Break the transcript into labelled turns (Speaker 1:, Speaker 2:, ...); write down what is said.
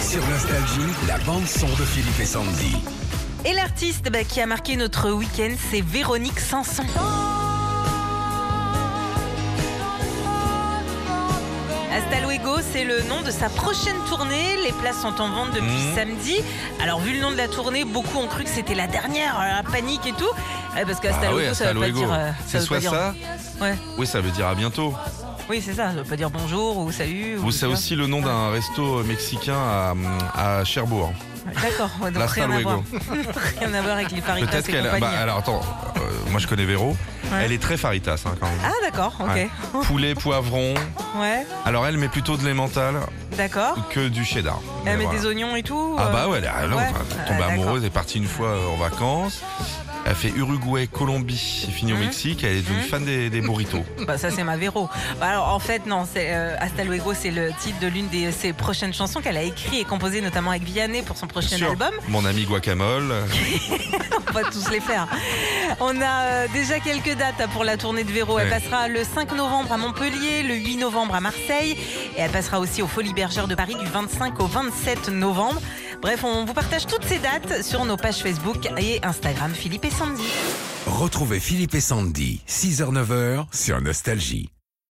Speaker 1: Sur Nostalgie, la bande-son de Philippe et Sandy.
Speaker 2: Et l'artiste bah, qui a marqué notre week-end, c'est Véronique Sanson. Hasta luego, c'est le nom de sa prochaine tournée. Les places sont en vente depuis
Speaker 1: Mhm.
Speaker 2: samedi. Alors, vu le nom de la tournée, beaucoup ont cru que c'était la dernière, euh, la panique et tout. Eh, parce que hasta
Speaker 3: Ah
Speaker 2: luego,
Speaker 3: oui,
Speaker 2: ça
Speaker 3: hasta
Speaker 2: veut pas
Speaker 3: luego.
Speaker 2: dire. euh,
Speaker 3: C'est
Speaker 2: veut pas
Speaker 3: soit
Speaker 2: dire-
Speaker 3: ça,
Speaker 2: Ouais.
Speaker 3: oui, ça veut dire à bientôt.
Speaker 2: Oui, c'est ça. Ça veut pas dire bonjour ou salut.
Speaker 3: Ou c'est
Speaker 2: tu vois.
Speaker 3: aussi le nom d'un resto euh, mexicain à, à Cherbourg.
Speaker 2: ah, D'accord, ouais, donc
Speaker 3: Hasta
Speaker 2: rien à, voir.
Speaker 3: luego.
Speaker 2: rien à voir avec les faritas
Speaker 3: Peut-être
Speaker 2: et
Speaker 3: qu'elle.
Speaker 2: compagnie.
Speaker 3: bah, alors attends, euh, moi je connais Véro. Elle est très faritas hein, quand même.
Speaker 2: Ah, d'accord, ok.
Speaker 3: Ouais. Poulet, poivron.
Speaker 2: Ouais,
Speaker 3: Alors elle met plutôt de l'emmental
Speaker 2: d'accord.
Speaker 3: que du cheddar. Mais
Speaker 2: Elle met
Speaker 3: voilà.
Speaker 2: Eh, des oignons et tout.
Speaker 3: Ah
Speaker 2: euh,
Speaker 3: bah ouais, elle est elle est
Speaker 2: ouais.
Speaker 3: tombée
Speaker 2: Ah,
Speaker 3: amoureuse, elle est partie une fois euh, en vacances. Elle fait Uruguay, Colombie, elle finit au
Speaker 2: Mhm.
Speaker 3: Mexique, elle est devenue
Speaker 2: Mhm.
Speaker 3: fan des, des burritos.
Speaker 2: Bah, ça c'est ma Véro. Bah, alors en fait non, c'est euh, Hasta luego, c'est le titre de l'une de ses prochaines chansons qu'elle a écrit et composée notamment avec Vianney pour son prochain
Speaker 3: Sûr.
Speaker 2: album.
Speaker 3: Mon ami Guacamole,
Speaker 2: On va tous les faire. On a euh, déjà quelques dates pour la tournée de Véro. Elle
Speaker 3: Ouais.
Speaker 2: passera le 5 novembre à Montpellier, le 8 novembre à Marseille et elle passera aussi aux Folies Bergères de Paris du 25 au 27 novembre. Bref, on vous partage toutes ces dates sur nos pages Facebook et Instagram Philippe et Sandy.
Speaker 1: Retrouvez Philippe et Sandy, 6h-9h, sur Nostalgie.